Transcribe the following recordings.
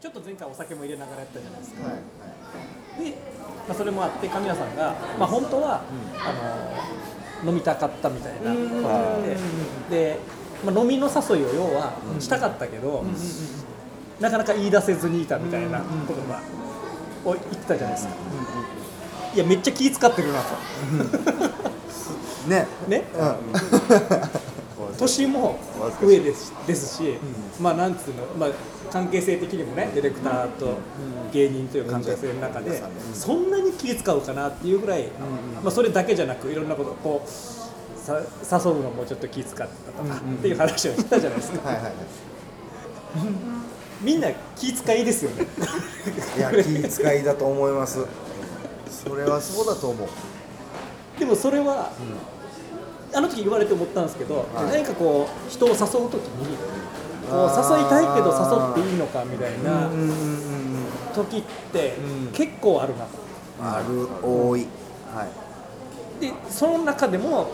ちょっと前回お酒も入れながらやったじゃないですか、はいはいで、まあ、それもあって神谷さんが、まあ、本当は、あの飲みたかったみたいなことがあってで、まあ、飲みの誘いを要はしたかったけど、なかなか言い出せずにいたみたいなことが、を言ってたじゃないですか、いやめっちゃ気使ってるなとねねうん年も上ですですし、まあなんつうの、まあ、関係性的にもねディレクターと芸人という関係性の中でそんなに気使うかなっていうぐらい、まあ、それだけじゃなくいろんなことこうさ誘うのもちょっと気使ってたとかっていう話をしたじゃないです かはいはいはみんな気使いですよねいいや気遣いだと思いますそれはそうだと思うでもそれは、あの時言われて思ったんですけど、はい何かこう人を誘う時にこうあー誘いたいけど誘っていいのかみたいなうんうんうんうん時ってうん結構あるなと。ある多いはいでその中でも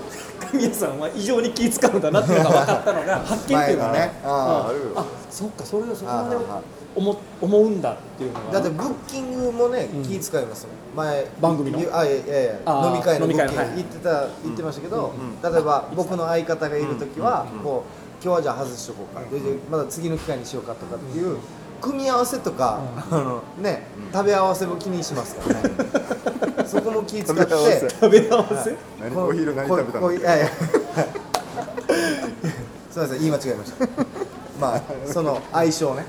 神谷さんは異常に気使うんだなっていうのが分かったの が発見っていうのは前がねあーあるよあそっかそれをそこまであーは思思うんだっていうのがだってブッキングもね、うん気使いますもん前番組のあいやいやいやあー飲み会の飲ブみッ会キのングはい言ってた、言ってましたけど、例えば僕の相方がいる時は、こう今日はじゃあ外しとこうか、ででまだ次の機会にしようかとかっていう、組み合わせとか、あのね、食べ合わせも気にしますからねそこも気使って食べ合わせ食べ合わせ、何こお昼何食べたこのこいやいやすみません言い間違えましたまあその相性ね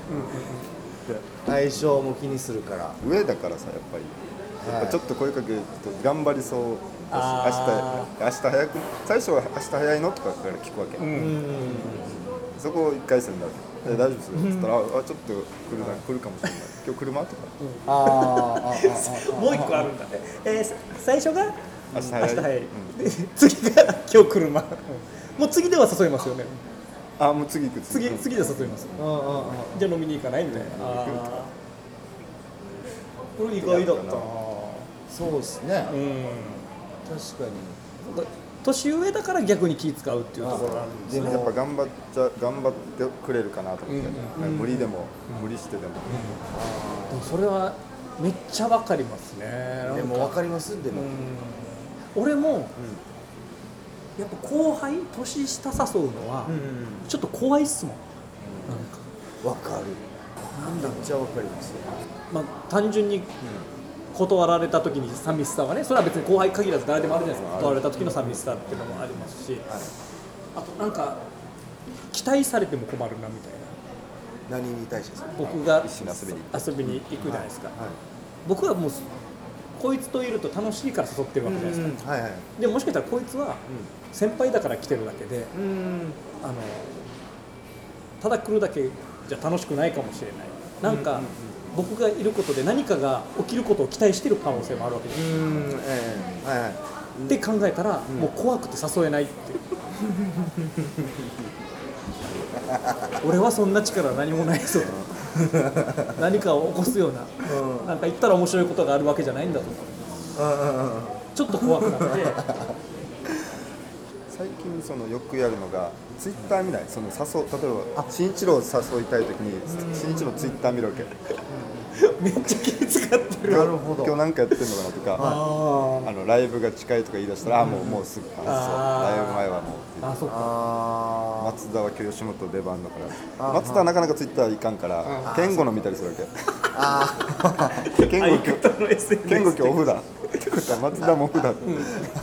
相性も気にするから上だからさやっぱりやっぱちょっと声かけると頑張りそうあだし明日明日早く最初は明日早いのとかから聞くわけ、そこを一回戦だえ大丈夫ですよ」っつったら「あちょっと来るな来るかもしれない今日車?」とかああああもう一個あるんだね、えーさ最初が「明日明早い」日早い、うんで次が今日車もう次では誘いますよねあもう次行く次うん次で誘いますあうんうんうんじゃあ飲みに行かないみたいなあーこれ意外だったなそうですねうん確かに年上だから逆に気使うっていうところがあるんですでもやっぱ頑張っちゃ頑張ってくれるかなと思って、なんか無理でも、無理してでも、でもそれはめっちゃわかりますねなんかでも分かりますでうもん俺も、やっぱ後輩年下誘うのは、ちょっと怖いっすもんなんか分かるなんだめっちゃ分かりますまあ、単純に断られた時に寂しさはねそれは別に後輩限らず誰でもあるじゃないですか断られた時の寂しさっていうのもありますし、あとなんか期待されても困るなみたいな何に対してですか僕が一緒に遊びに遊びに行くじゃないですか、はい僕はもうこいつといると楽しいから誘ってるわけじゃないですか、はいはいでももしかしたらこいつは先輩だから来てるだけでうんあのただ来るだけじゃ楽しくないかもしれないなんか僕がいることで何かが起きることを期待してる可能性もあるわけじゃないうんええはいはっいて考えたら、もう怖くて誘えないって 俺はそんな力何もないぞと何かを起こすようなうんなんか言ったら面白いことがあるわけじゃないんだとうんうんうんちょっと怖くなって最近そのよくやるのがツイッター見ないその誘う例えば新一郎を誘いたい時に新一郎ツイッター見るわけ めっちゃ気使ってるなるほど今日何かやってんのかなとか、あのライブが近いとか言い出したら、あもうもうすぐ完走あーライブ前はもうっていうあそっかああ松田は今日吉本出番だからあー松田はなかなかツイッターいかんから健吾の見たりするわけ健吾相今日方の SNS 健吾今日オフだってことは松田もオフだって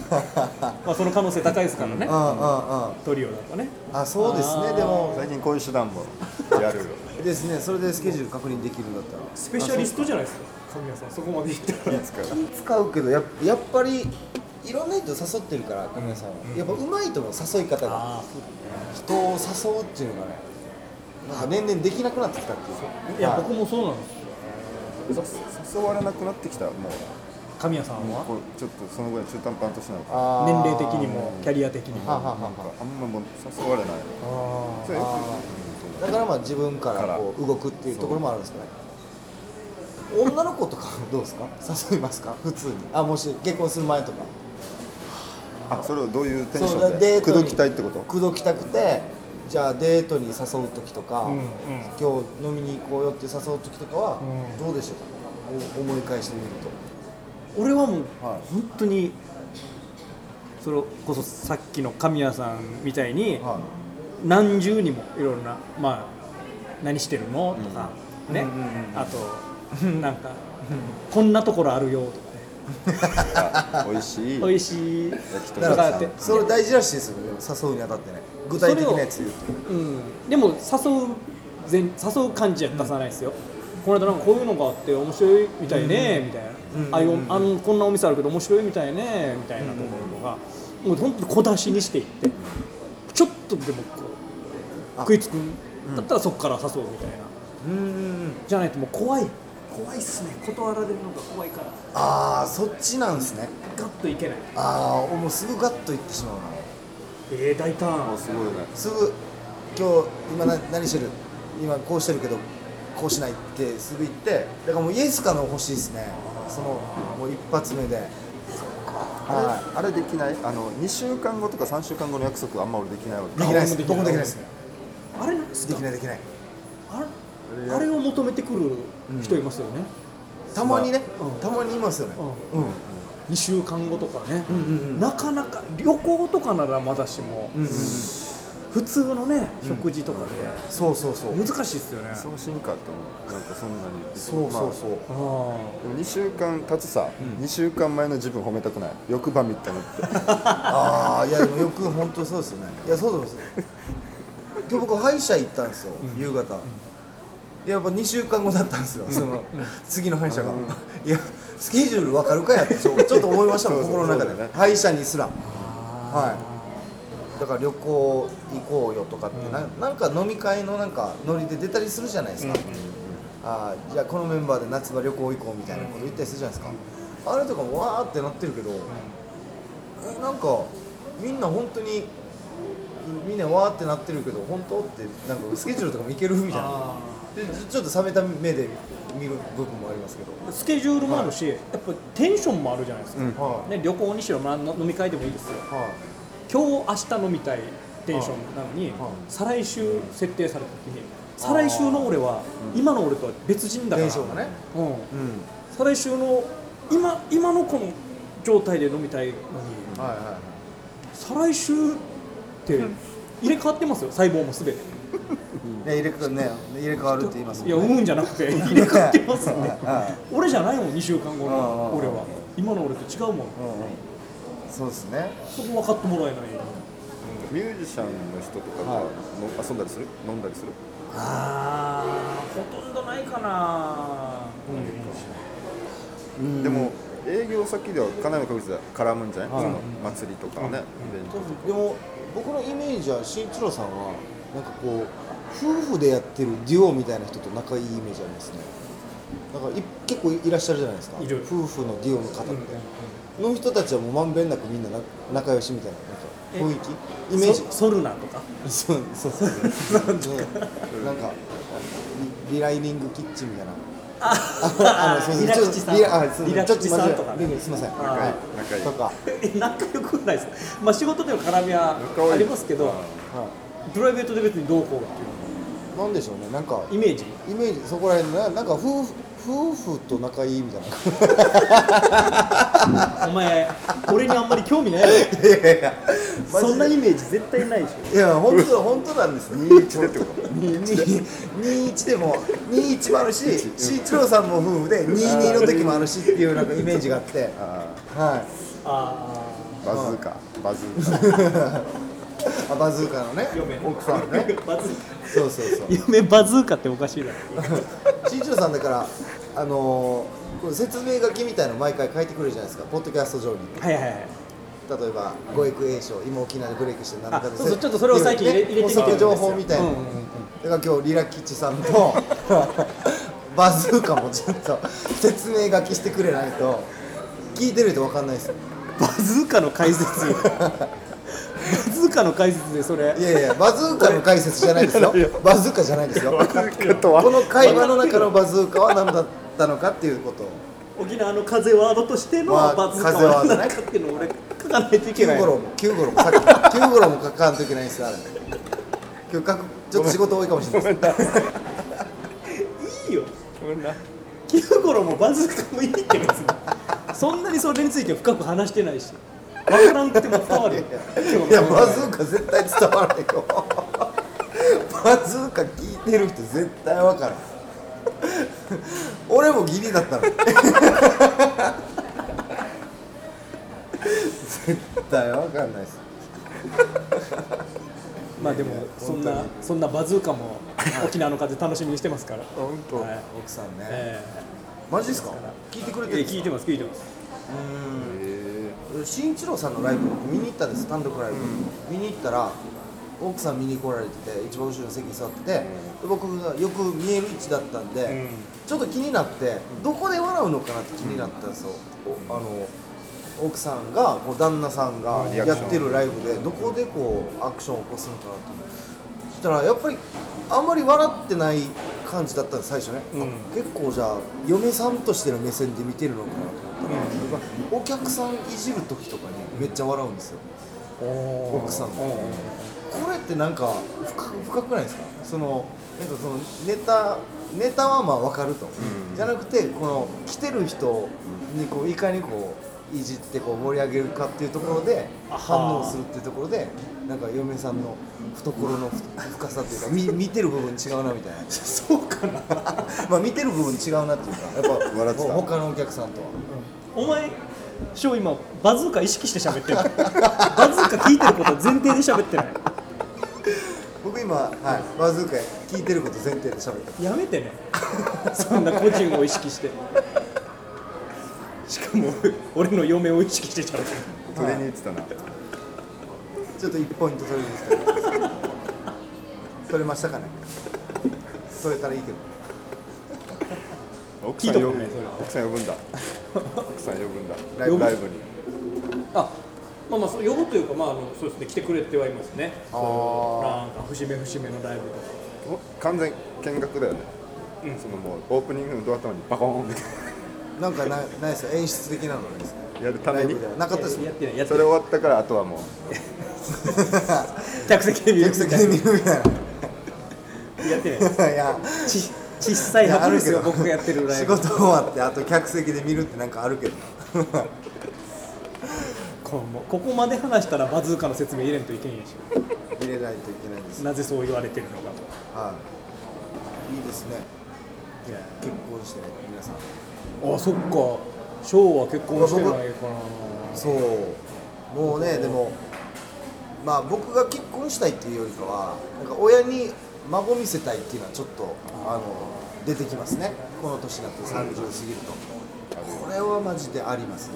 まあその可能性高いですからねうんうんうんトリオだとねあそうですあねーでも最近こういう手段もやるよですねそれでスケジュール確認できるんだったらスペシャリストじゃないですか神谷さんそこまでいったらいつか気使うけどやっやっぱりいろんな人誘ってるから神谷さんは、やっぱうまいと思う誘い方があ人を誘うっていうのがねなんか年々できなくなってきたっていういやはい僕もそうなんですよ誘われなくなってきたもう神谷さんはこうちょっとそのぐらい中途半端な年なのかあー年齢的にもキャリア的にはもははなんかはあんまもう誘われないそれよくうんそうだだからまあ自分からこう動くっていうところもあるんですかね女の子とかはどうですか誘いますか普通にあもし結婚する前とかあそれをどういうテンシそうョンでデート口に説きたいってこと口説きたくてじゃあデートに誘う時とか、うんうん今日飲みに行こうよって誘う時とかは、うどうでしょうお思い返してみる俺はもうはい本当にそれこそさっきの神谷さんみたいにと、は何重にもいろんなまあ何してるのとかねうんうんあと なんかこんなところあるよとかねあ美味しい美味しい焼きい鳥だだかかららさってそれ大事らしいですよね誘うにあたってね具体的なやつ言うとうん、でも誘う前誘う感じは出さないですよ、この間なんかこういうのがあって面白いみたいね、みたいな、うんあいおあのこんなお店あるけど面白いみたいねみたいなところとか、もう本当に小出しにしていってちょっとでもこうあ食いつくんだったらそこから誘うみたいな、うんうんうんじゃないともう怖い怖いっすね断られるのが怖いからああそっちなんですねガッといけないああもうすぐガッと行ってしまうなえー、大あ胆すごいねすぐ今日今な何してる今こうしてるけどこうしないってすぐ言ってだからもうイエスかの欲しいですねそのもう一発目であはれあれできないあの2週間後とか3週間後の約束あんま俺できないいわけできないです俺もできない僕もできないですねあれなんですでかきないできないあれあれを求めてくる人いますよね、たまにねうんたまにいますよねうんうん2週間後とかね、うんうんなかなか旅行とかならまだしも、うんうん普通のね食事とかそうそうそうで難しいですよね、そうしんかって思うなんかそんなにそうそうそうあーでも2週間経つさ、2週間前の自分褒めたくない欲張みたいになってああいやでもよく本当そうですよねいやそうなんですよ今日僕歯医者行ったんですよ夕方いややっぱ2週間後だったんですよその次の歯医者がいやスケジュール分かるかやってちょちょっと思いました もんそうそう心の中そうでだね歯医者にすらはいだから旅行行こうよとかってななんか飲み会のなんかノリで出たりするじゃないですかあーじゃあこのメンバーで夏場旅行行こうみたいなこと言ったりするじゃないですかあれとかもわーってなってるけどえなんかみんな本当にみんなわーってなってるけど本当ってなんかスケジュールとかもいけるみたいなあでちょちょっと冷めた目で見る部分もありますけど、ースケジュールもあるし、やっぱテンションもあるじゃないですか、うんはい、ね、旅行にしろ、まあ、飲み会でもいいですよはい今日明日飲みたいテンションなのに、はい再来週設定された時に再来週の俺は、今の俺とは別人だかテら、ンションがねうん、うん再来週の今今のこの状態で飲みたいのに、はいはいはい再来週って入れ替わってますよ細胞もすべてね入れ替わね入れ替わるって言いますもんいねやうんじゃなくて入れ替わってますよねは俺じゃないもん2週間後のうん俺は今の俺と違うもんいうんうんそうですねそこ分かってもらえないミュージシャンの人とかが、はいの遊んだりする飲んだりするあーほとんどないかなでも営業先ではかなりの確率で絡むんじゃない、はいその祭りとかね、イベントとかでも僕のイメージは慎一郎さんはなんかこう夫婦でやってるデュオみたいな人と仲いいイメージありますねなんかい結構いらっしゃるじゃないですかいる夫婦のデュオの方って、うんうんの人たちはもうまんべんなくみんなな仲良しみたいなえなんか雰囲気イメージそソルナとかそうそうそうそう、ね、なんかリリライニングキッチンみたいなあのすいませリラちょっと吉さんリラあすいませリラちょっ吉さんとか間違えねたすいません仲いい仲いいとか、はえ仲良くないですまあ仕事での絡みは仲はいいありますけどい、プライベートで別にどうこうっていうなんでしょうねなんかイメージイメージそこら辺ななんか夫婦夫婦と仲いいみたいなお前俺にあんまり興味ないやろいやいやマジでそんなイメージ絶対ないでしょいや本当本当なんです二一でってこと21でも21もあるし慎一郎さんも夫婦で22の時もあるしっていうなんかイメージがあってあはいあーバズーカバズーカあバズーカのね嫁奥さんあねバズそうそうそう 夢バズーカっておかしいだろ新庄さんだからあのーこう説明書きみたいの毎回書いてくれるじゃないですかポッドキャスト上にはいはいはい例えば「五育栄翔今沖縄でブレイクして何あとかでそうそうちょっとそれを最近入れ入れてみてるんですよ情報みたいな、うんうんうんだから今日リラ吉さんと バズーカもちょっと説明書きしてくれないと聞いてる人分かんないですバズーカの解説バズーカの解説でそれいやいやバズーカの解説じゃないです よバズーカじゃないですよバズーカとはこの会話の中のバズーカは何だったのかっていうことを沖縄の風ワードとしてのまあバズーカ風ワはードね何かっていうのを俺書かないといけ九ない五郎も九五郎もさっき九五郎も書かんといけないんですよあれ今日かくちょっと仕事多いかもしれないですいいよごめんなキュウゴロもバズってもいいって別にそんなにそれについて深く話してないし分からんくても伝わるよいやバズーカ絶対伝わらないよバズーカ聞いてる人絶対わからん俺もギリだったの絶対わかんないですまあでもそんな本そんなバズーカも沖縄の風楽しみにしてますから、本当、はい奥さんね、えマジですか聞いてくれえてるんです聞いかてます聞いてますえ新一郎さんのライブ僕見に行ったんです単独ライブ、見に行ったら奥さん見に来られてて一番後ろの席に座ってて、で僕がよく見える位置だったんで、んちょっと気になってどこで笑うのかなって気になったんですよ、おあの奥さんがこう旦那さんがうんリアクやションってるライブでどこでこうアクションを起こすのかなと思ってそしたらやっぱりあんまり笑ってない感じだったんです最初ね、うんあ結構じゃあ嫁さんとしての目線で見てるのかなと思って。お客さんいじる時とかにめっちゃ笑うんですよ奥奥さんもこれってなんか深く深くないですかそのなんかそのネタネタはまあ分かると、うんじゃなくてこの来てる人にこういかにこういじってこう盛り上げるかっていうところであは反応するっていうところでなんか嫁さんの懐のふ深さというかみ見てる部分違うなみたいな そうかなまあ見てる部分違うなっていうかやっぱ笑ってた他のお客さんとはお前ショー今バズーカ意識して喋ってる バズーカ聞いてること前提で喋ってない僕今はいバズーカ聞いてること前提で喋ってやめてね そんな個人を意識してしかも俺の嫁を意識してちゃうー、トレーニー言ってたな、ちょっと1ポイント取れるんですけど取れましたかね取れたらいいけど奥聞いさたんこ呼とぶないそれは奥さん呼ぶんだ奥さん呼ぶんだラライイブブライブにあまあまあそう呼ぶというかまああのそうですね来てくれてはいますねあそうーなんか節目節目のライブとかお完全見学だよね、そのもうオープニングのドア頭にバコーンってなんかないないですよ演出的なのですねやるためにライブではなかったですいやねやってないやってそれない終わったからあとはもう客席で見る客席で見るみたいやってないないやち 小さいいや箱あでるすけよど僕がやってるライ仕ブ事終わってあと客席で見るってなんかあるけどこうもうここまで話したらバズーカの説明入れんといけんやし見れないといけないんですなぜそう言われてるのかはいいいですねといや結婚して皆さんあそっかショーは結婚してないかなそうもうねでもまあ僕が結婚したいっていうよりかはなんか親に孫見せたいっていうのはちょっとあの出てきますねこの年になって30過ぎるとこれはマジでありますね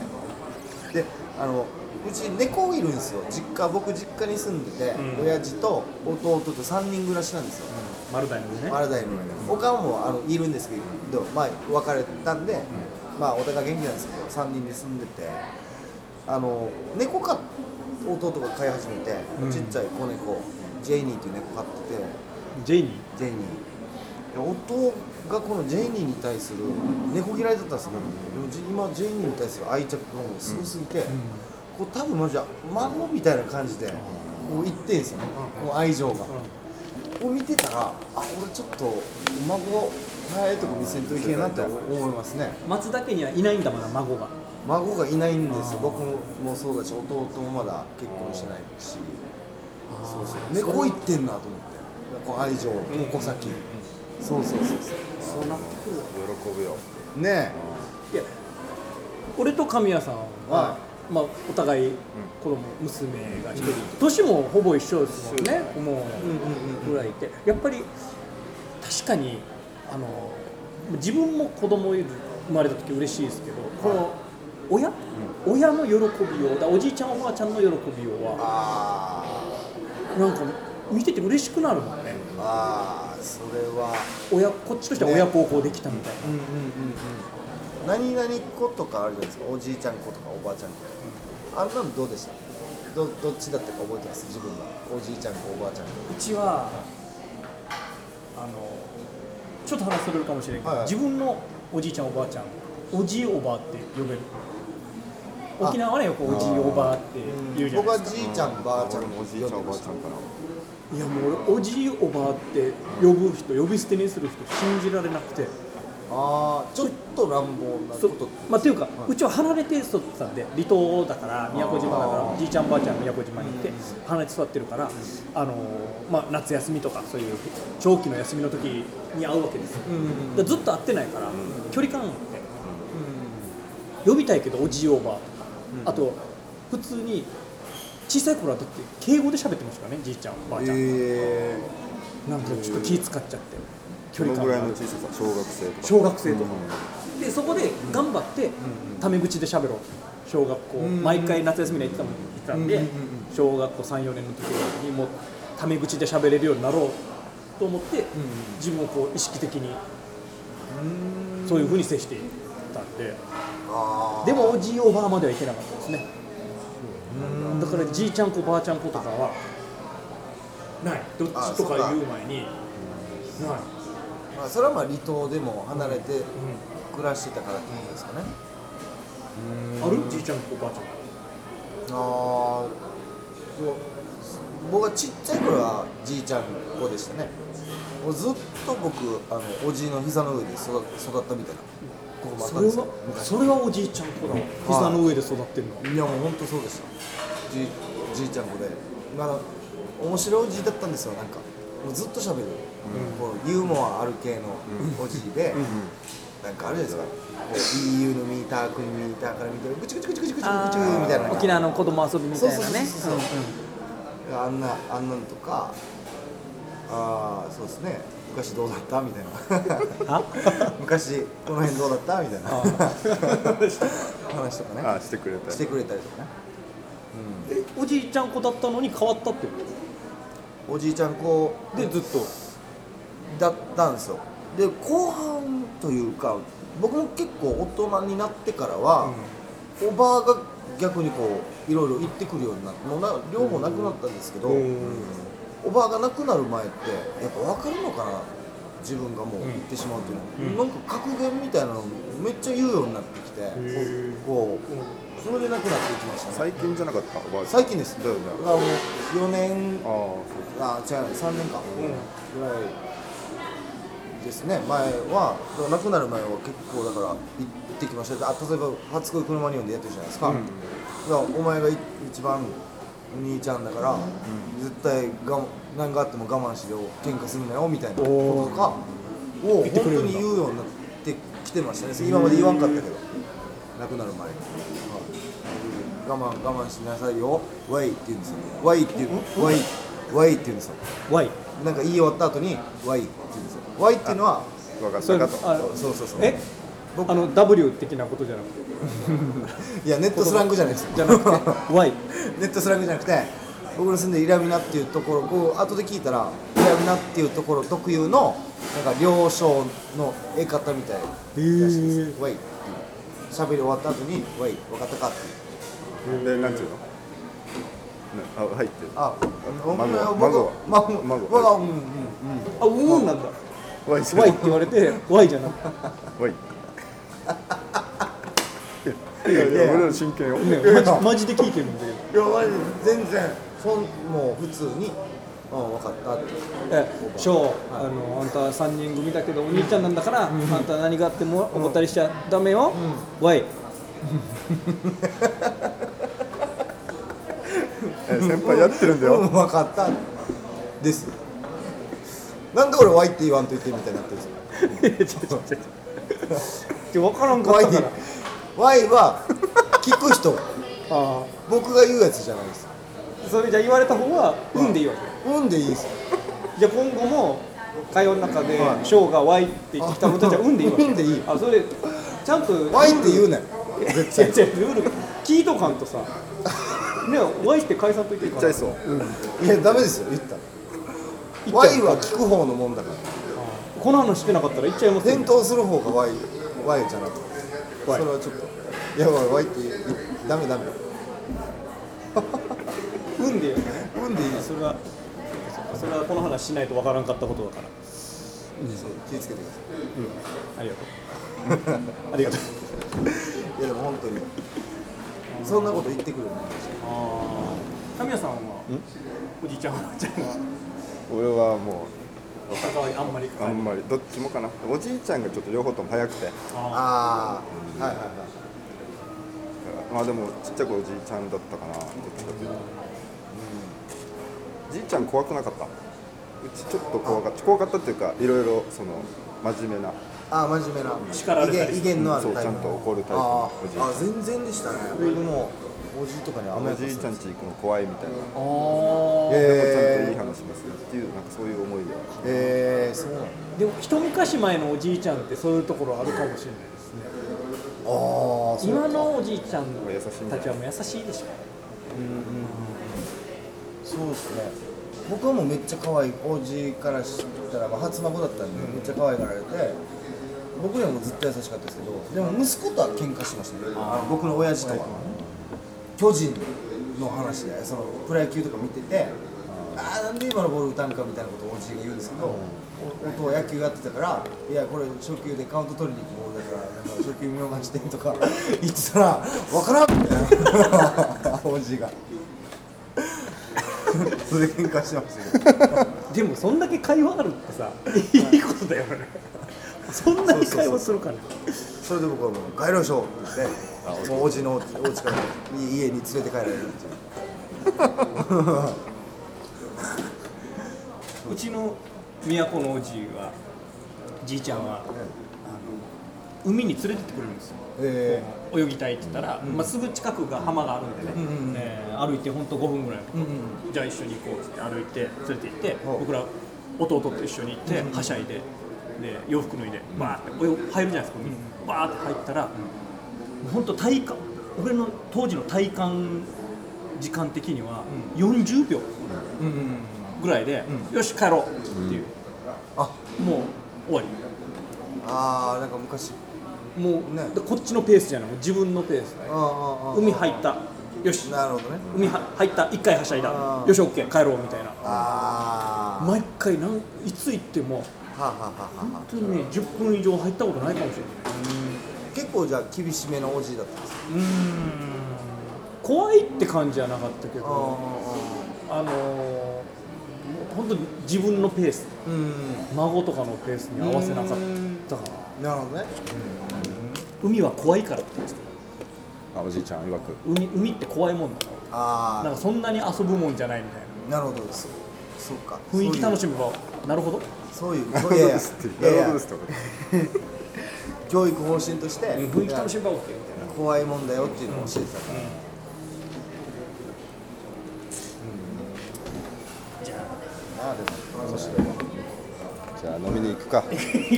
であのうち猫いるんですよ実家僕実家に住んでて、うん親父と弟と3人暮らしなんですよ、丸大のねマルダイのおかんもあのいるんですけど、まあ、別れたんで、まあ、お互い元気なんですけど3人で住んでてあの猫か弟が飼い始めて、うんちっちゃい子猫ジェイニーっていう猫飼っててジェイニージェイニーで夫がこのジェイニーに対する猫嫌いだったんですよ、でも今ジェイニーに対する愛着がもうすごすぎて、こう多分マジで孫みたいな感じでこう言ってんですよね、こう愛情が。を見てたら、あ、俺ちょっと孫早いとこ見せんといけんなって思いますね。松田家にはいないんだまだ孫が孫がいないんですよ。僕もそうだし、弟もまだ結婚してないし、そうそう。猫行ってんなと思って、こう愛情、矛先。そうそうそうそう。そうなってくる喜ぶよねいや俺と神谷さんは、はまあ、お互い子供娘が一人、年もほぼ一緒ですもんねもえ。うんうんうぐらいいてやっぱり確かにあの自分も子供いる生まれた時嬉しいですけどこの親、親の喜びようだおじいちゃんおばあちゃんの喜びようはあなんか見てて嬉しくなるもんねーあー、それは。親こっちとしては親孝行できたみたいな、うんうんうんうん。何々子とかあるじゃないですか。おじいちゃん子とかおばあちゃん子とか。あんなのどうでした。どどっちだったか覚えてます。自分がおじいちゃん子おばあちゃん子。うちはあのちょっと話それるかもしれないけど、はいはい自分のおじいちゃんおばあちゃんおじいおばあって呼べるあ沖縄はねよくおじいおばあって言うじゃ僕ないはですかじいちゃんばあちゃん俺もおじいちゃんおばあちゃんかないやもう俺おじいおばあって呼ぶ人呼び捨てにする人信じられなくてああちょっと乱暴なそこうとまあっていうか、うちは離れて育ってたんで離島だから宮古島だからじいちゃんばあちゃん宮古島に行って離れて育ってるから、あのーまあ、夏休みとかそういう長期の休みの時に会うわけですよ、だからずっと会ってないから、距離感あって、呼びたいけどおじいおばあとか、あと普通に小さい頃はだって敬語で喋ってましたからねじいちゃんばあちゃん、えなんかちょっと気使っちゃって距どの離感ぐらいがの小ささ小学生とか小学生とかうんでそこで頑張ってタメ口で喋ろう小学校ん毎回夏休みに行ってたもん行ってたんでうんうん小学校34年の時にもうタメ口で喋れるようになろうと思って自分をこう意識的にそういうふうに接していったんであでもおじいおばあまではいけなかったですねだからじいちゃん子ばあちゃん子とかはないどっあちとか言う前にないあ、まあ、それはまあ離島でも離れて暮らしてたからってことですかねあるじいちゃん子ばあちゃん子ああ僕はちっちゃい頃はじいちゃん子でしたねもうずっと僕あのおじいの膝の上で育育ったみたいなこともあっそたんれですはよそれはおじいちゃん子だわ膝の上で育ってるのは、いやもう本当そうでしたじいじいちゃん子でまだ面白いおじいだったんですよなんかもうずっと喋る、こうユーモアある系のおじいで、なんかあるじゃないですかこう EU のミーター国ミーターから見てるぐちぐちぐちぐちぐちぐちぐちみたいな沖縄の子供遊びみたいなねそうそうそうそうあんなあんなんとかああそうですね昔どうだったみたいな 昔この辺どうだったみたいな話とかねあしてくれたしてくれたりとかねえおじいちゃん子だったのに変わったってこおじいちゃん子とでずっとだったんですよで後半というか僕も結構大人になってからは、おばあが逆にこういろいろ行ってくるようになってもうな両方なくなったんですけど、おばあが亡くなる前ってやっぱ分かるのかな自分がもう行ってしまうというの、なんか格言みたいなのめっちゃ言うようになってきて、こうそれで亡くなっていきましたね最近じゃなかったおばあちゃん最近ですだよねだからもう4年ああそうあ違う3年間ぐらいですね前はだから亡くなる前は結構だから行ってきましたよあ例えば初恋車に呼んでやってるじゃないですか,、だからお前がい一番お兄ちゃんだから、絶対が何があっても我慢してよ喧嘩するなよみたいなこととかを本当に言うようになってきてましたね今まで言わんかったけど亡くなる前に。はい我慢我慢しなさいよ、わいって言うんですよ、わいって言う、わい、わいって言うんですよ、 Y なんか言い終わった後に、わいって言うんですよ、わいっていうのは、分かっそたれかあとそうそうそう、え僕あの W 的なことじゃなくていや、ネットスラングじゃないですよ、じゃなくて Y ネットスラングじゃなくて、僕の住んでるイラミナっていうところ、こう後で聞いたら、イラミナっていうところ特有の、なんか了承の得方みたいらしいでへす、わいっていう、喋り終わった後に、わい、分かったかっていう。でなんていうのなあ入ってるあ、孫は孫は孫孫はは孫は孫はうんうんうんあうんなんだわいじゃん Y って言われて Y じゃなくわいいやいや俺ら真剣よて、ね、マ ジマジで聞いてるんだけどいやマジで全然そんもう普通に「うん分かった」ってえ翔、あのあんた3人組だけどお兄ちゃんなんだから、あんた何があっても思ったりしちゃダメよ、Y え先輩やってるんだ うんよ分かった」ですなんで俺「ワイ」って言わんといけみたいになってるんですよいや違う違う違うで分からんかっワイたからワイは聞く人あ僕が言うやつじゃないですあそれじゃあ言われた方は「うん」でいいわけうんでいいですじゃあ今後も会話の中では「翔が Y」って言ってきたことじゃ「あうん」でいいわけうんでいいあそれちゃんと「ワイ」って言うなよいや 違う絶対違うルール聞いとかんとさねえ Y って解散といていい言っからちゃいそういやダメですよ言ったら「ワイ」は聞く方のもんだからこの話してなかったら言っちゃいますよね転倒する方がワイワイじゃなくてそワイれはちょっといやワイワイって言うダメダメ「うん」でいいわけねうんでいいですそれはそっかそれはこの話しないと分からんかったことだからそう気をつけてくださありがとうありがとういいやでも本当にそんなこと言ってくるよね神谷さんはおじいちゃんおばあちゃん俺はもお互いあんまりうあんまりどっちもかなおじいちゃんがちょっと両方とも早くてあああはいはいはいまあでもちっちゃくおじいちゃんだったかなどっちかというと、じいちゃん怖くなかったうちちょっと怖かった怖かったっていうかいろいろその真面目なああ真面目な叱られたり威厳威厳のあるそうタイプちゃんと怒るタイプのあおじいちーゃんあ全然でしたね僕もおじいとかに甘おやかじいさちゃんれてち行くの怖いみたいなあでもちゃんといえい話しますよっていうなんかそういう思いがー、えー、そうなんだでも一昔前のおじいちゃんってそういうところあるかもしれないですねああそう今のおじいちゃんたちはもう優しいでしょそうですね僕はもうめっちゃ可愛いおじからしたらまあ初孫だったんでめっちゃ可愛がられて僕にはもうずっと優しかったですけどでも息子とは喧嘩しましたねあの僕の親父とは巨人の話でそのプロ野球とか見ててあーなんで今のボール打たんかみたいなことをおじいが言うんですけど、お弟は野球やってたからいやこれ初球でカウント取りに行くボールだからなんか初球見逃してとか言ってたら分からんみたい なおじいが。それで喧嘩してましたけどでもそんだけ会話あるってさいいことだよねそんなに会話するからそれで僕はもう外労省って言ってもうおじのお家から家に連れて帰られるっていううちの都のおじいはじいちゃんは海に連れてってくれるんですよえ泳ぎたいって言ったら、まあ、すぐ近くが浜があるんでね、えー歩いて本当5分ぐらいのとこ、じゃあ一緒に行こうって歩いて連れて行って、ほう僕ら弟と一緒に行って、はしゃいでで洋服脱いでバーって泳ぐ入るじゃないですか、海にバーって入ったら、本当体感俺の当時の体感時間的には40秒ぐらいで、よし帰ろうっていう、あもう終わり。えああなんか昔もう、ねでこっちのペースじゃないもう自分のペースあーあーあー海入ったよしなるほどね海は入った1回はしゃいだあーよし OK 帰ろうみたいなああは毎回なんいつ行ってもあはあはあはあ本当にね10分以上入ったことないかもしれない結構じゃあ厳しめのおじいだったんですか怖いって感じじゃなかったけあどあのー、もう本当に自分のペースーうん孫とかのペースに合わせなかったからなるほどね海は怖いからって言うんですよあおじいちゃん曰く海海って怖いもんだからあなんかそんなに遊ぶもんじゃないみたいなあなるほどですそうか雰囲気楽しめばなるほどそういうなるそほうどいうです っていやいやいなやるほいどやですとか教育方針として雰囲気楽しめば OK みたいな怖いもんだよっていうのを教えてたからああでも面白いじゃあ飲みに行 くか飲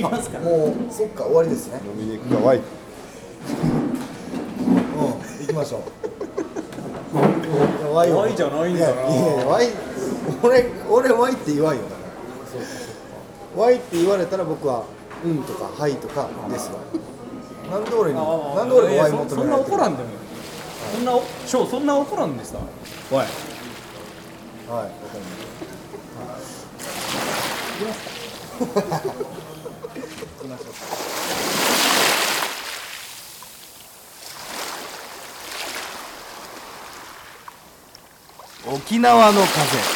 いますからもうそっか終わりですね。みに行くかワインうん行きましょう。ワワイじゃないんだないやいやワイ俺俺ワイって言わんよ。ワイって言われたら僕はうんとかはいとかですわ。なんで俺になんで俺がワイ求められてるそんな怒らんでもそんなショーそんな怒らんでさおいはいわかりました。行きましょう。 沖縄の風。